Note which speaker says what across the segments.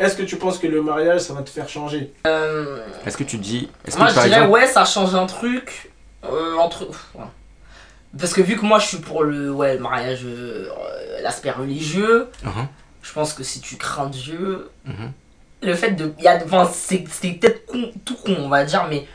Speaker 1: est-ce que tu penses que le mariage, ça va te faire changer
Speaker 2: Euh,
Speaker 3: Est-ce que tu dis. Est-ce
Speaker 2: moi,
Speaker 3: que
Speaker 2: je
Speaker 3: par
Speaker 2: dirais,
Speaker 3: exemple.
Speaker 2: ouais, ça change un truc. euh, entre... Ouf, ouais. Parce que vu que moi, je suis pour le, ouais, le mariage, euh, euh, l'aspect religieux,
Speaker 3: Mhm,
Speaker 2: je pense que si tu crains Dieu,
Speaker 3: mhm.
Speaker 2: le fait de. y a, enfin, c'est c'est peut-être con- tout con, on va dire, mais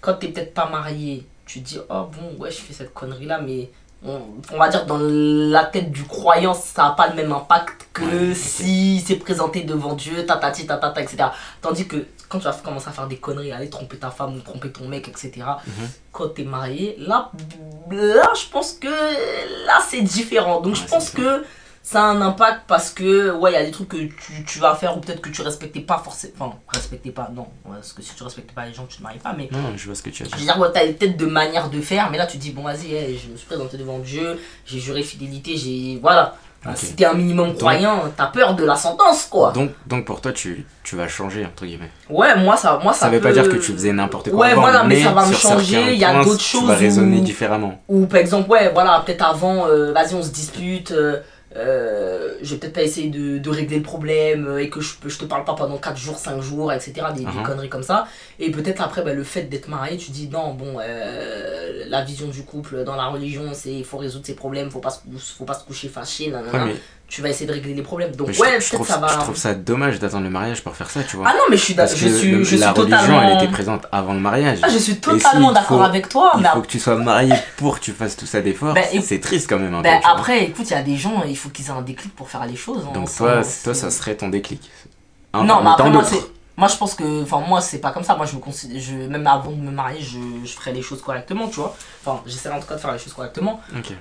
Speaker 2: quand t'es peut-être pas marié, tu te dis, oh bon, ouais, je fais cette connerie-là, mais on, on va dire, dans la tête du croyant, ça n'a pas le même impact que
Speaker 3: Ouais,
Speaker 2: si c'est présenté devant Dieu, tatati, tatata, etc. Tandis que quand tu vas commencer à faire des conneries, aller tromper ta femme ou tromper ton mec, etc.,
Speaker 3: Mhm.
Speaker 2: quand t'es marié, là, là, je pense que là, c'est différent. Donc, je
Speaker 3: Ouais,
Speaker 2: pense
Speaker 3: c'est
Speaker 2: que ça a un impact parce que, ouais, il y a des trucs que tu, tu vas faire ou peut-être que tu respectais pas forcément. Enfin, respectais pas, non. ouais, Parce que si tu respectes pas les gens, tu te maries pas, mais.
Speaker 3: Non, non, je vois ce que tu as
Speaker 2: Je veux
Speaker 3: dit.
Speaker 2: dire, ouais, t'as peut-être de manières de faire, mais là tu te dis, bon, vas-y, eh, je me suis présenté devant Dieu, j'ai juré fidélité, j'ai. Voilà.
Speaker 3: Ok.
Speaker 2: Si t'es un minimum croyant, t'as peur de la sentence, quoi.
Speaker 3: Donc, donc pour toi, tu, tu vas changer, entre guillemets.
Speaker 2: ouais, moi ça. Moi, ça
Speaker 3: Ça veut pas
Speaker 2: peut-
Speaker 3: dire que tu faisais n'importe quoi.
Speaker 2: Ouais,
Speaker 3: avant,
Speaker 2: voilà, mais ça va me
Speaker 3: sur certains
Speaker 2: changer, il y a
Speaker 3: points,
Speaker 2: d'autres
Speaker 3: Tu
Speaker 2: choses
Speaker 3: vas raisonner
Speaker 2: où-
Speaker 3: différemment.
Speaker 2: Ou par exemple, ouais, voilà, peut-être avant, euh, vas-y, on se dispute, euh, euh, je vais peut-être pas essayer de, de régler le problème euh, et que je, peux- je te parle pas pendant 4 jours, 5 jours, etc. Des, des
Speaker 3: Mhm.
Speaker 2: conneries comme ça. Et peut-être après, bah, le fait d'être marié, tu dis non, bon, euh, la vision du couple dans la religion, c'est il faut résoudre ses problèmes, faut pas, se- faut pas se coucher fâché, nanana.
Speaker 3: Ouais, mais,
Speaker 2: Tu vas essayer de régler les problèmes. Donc,
Speaker 3: mais je,
Speaker 2: Hein ouais,
Speaker 3: je
Speaker 2: peut-être
Speaker 3: trouve,
Speaker 2: ça va.
Speaker 3: je trouve ça dommage d'attendre le mariage pour faire ça, tu vois.
Speaker 2: Ah non, mais je suis, d'a-
Speaker 3: Parce
Speaker 2: je
Speaker 3: que
Speaker 2: suis,
Speaker 3: le-
Speaker 2: je suis
Speaker 3: la religion,
Speaker 2: totalement.
Speaker 3: elle était présente avant le mariage.
Speaker 2: Ah, je suis
Speaker 3: s'il
Speaker 2: totalement d'accord
Speaker 3: faut-
Speaker 2: avec toi,
Speaker 3: Il
Speaker 2: mais
Speaker 3: faut que tu sois marié pour que tu fasses tout ça d'efforts.
Speaker 2: Bah, écoute-
Speaker 3: c'est triste quand même un
Speaker 2: Ben,
Speaker 3: peu. tu vois.
Speaker 2: après, écoute, il y a des gens, il faut qu'ils aient un déclic pour faire les choses. hein.
Speaker 3: Donc
Speaker 2: Ça,
Speaker 3: toi,
Speaker 2: c'est-
Speaker 3: toi, ça serait ton déclic. Un
Speaker 2: non,
Speaker 3: parmi
Speaker 2: mais après,
Speaker 3: tant
Speaker 2: moi,
Speaker 3: d'autres.
Speaker 2: c'est- moi, je pense que. Enfin, moi, c'est pas comme ça. Moi, je me considère. Je... Même avant de me marier, je, je ferai les choses correctement, tu vois. Enfin, j'essaierai en tout cas de faire les choses correctement.
Speaker 3: Ok.